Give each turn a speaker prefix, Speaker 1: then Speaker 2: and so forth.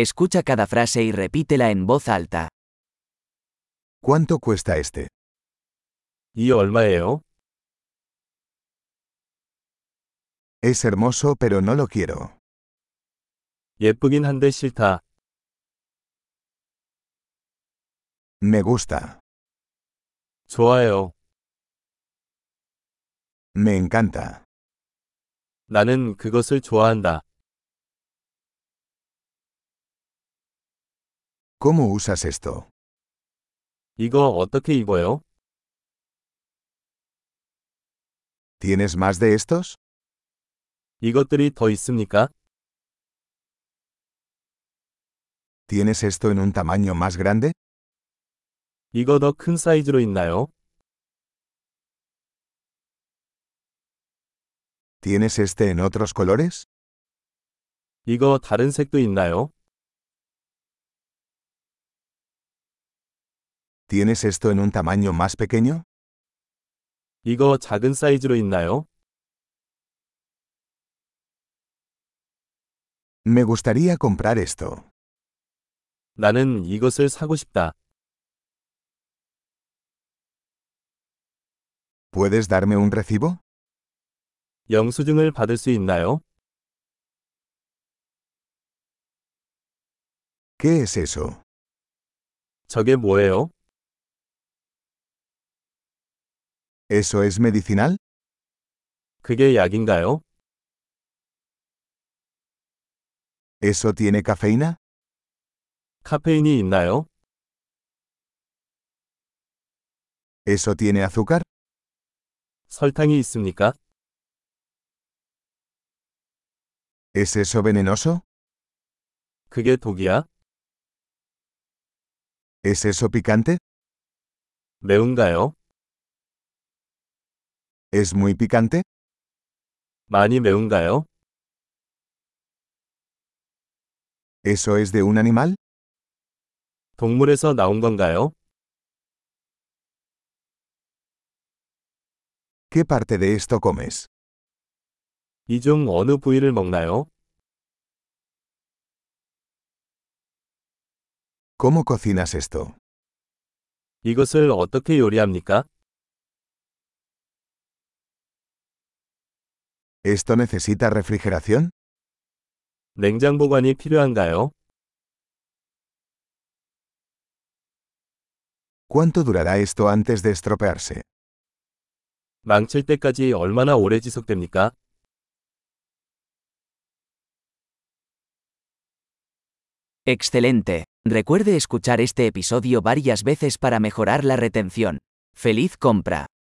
Speaker 1: Escucha cada frase y repítela en voz alta.
Speaker 2: ¿Cuánto cuesta este?
Speaker 3: 이 얼마예요?
Speaker 2: Es hermoso pero no lo quiero.
Speaker 3: 예쁘긴 한데 싫다.
Speaker 2: Me gusta.
Speaker 3: 좋아요.
Speaker 2: Me encanta.
Speaker 3: 나는 그것을 좋아한다.
Speaker 2: ¿Cómo usas esto?
Speaker 3: 이거 어떻게 입어요?
Speaker 2: ¿Tienes más de estos?
Speaker 3: 이것들이 더 있습니까?
Speaker 2: ¿Tienes esto en un tamaño más grande?
Speaker 3: 이거 더 큰 사이즈로 있나요?
Speaker 2: ¿Tienes este en otros colores?
Speaker 3: 이거 다른 색도 있나요?
Speaker 2: ¿Tienes esto en un tamaño más pequeño?
Speaker 3: 이거 작은 사이즈로 있나요?
Speaker 2: Me gustaría comprar esto.
Speaker 3: 나는 이것을 사고 싶다.
Speaker 2: ¿Puedes darme un recibo?
Speaker 3: 영수증을 받을 수 있나요?
Speaker 2: ¿Qué es eso?
Speaker 3: 저게 뭐예요?
Speaker 2: ¿Eso es medicinal?
Speaker 3: 그게 약인가요?
Speaker 2: ¿Eso tiene cafeína?
Speaker 3: 카페인이 있나요?
Speaker 2: ¿Eso tiene azúcar?
Speaker 3: 설탕이 있습니까?
Speaker 2: ¿Es eso venenoso?
Speaker 3: 그게 독이야?
Speaker 2: ¿Es eso picante?
Speaker 3: 매운가요?
Speaker 2: ¿Es muy picante?
Speaker 3: 많이 매운가요?
Speaker 2: ¿Eso es de un animal?
Speaker 3: 동물에서 나온 건가요?
Speaker 2: ¿Qué parte de esto comes?
Speaker 3: 이 중 어느 부위를 먹나요?
Speaker 2: ¿Cómo cocinas esto?
Speaker 3: 이것을 어떻게 요리합니까?
Speaker 2: ¿Esto necesita refrigeración?
Speaker 3: 냉장 보관이 필요한가요?
Speaker 2: ¿Cuánto durará esto antes de estropearse?
Speaker 3: 망칠 때까지 얼마나 오래 지속됩니까?
Speaker 1: Excelente. Recuerde escuchar este episodio varias veces para mejorar la retención. ¡Feliz compra!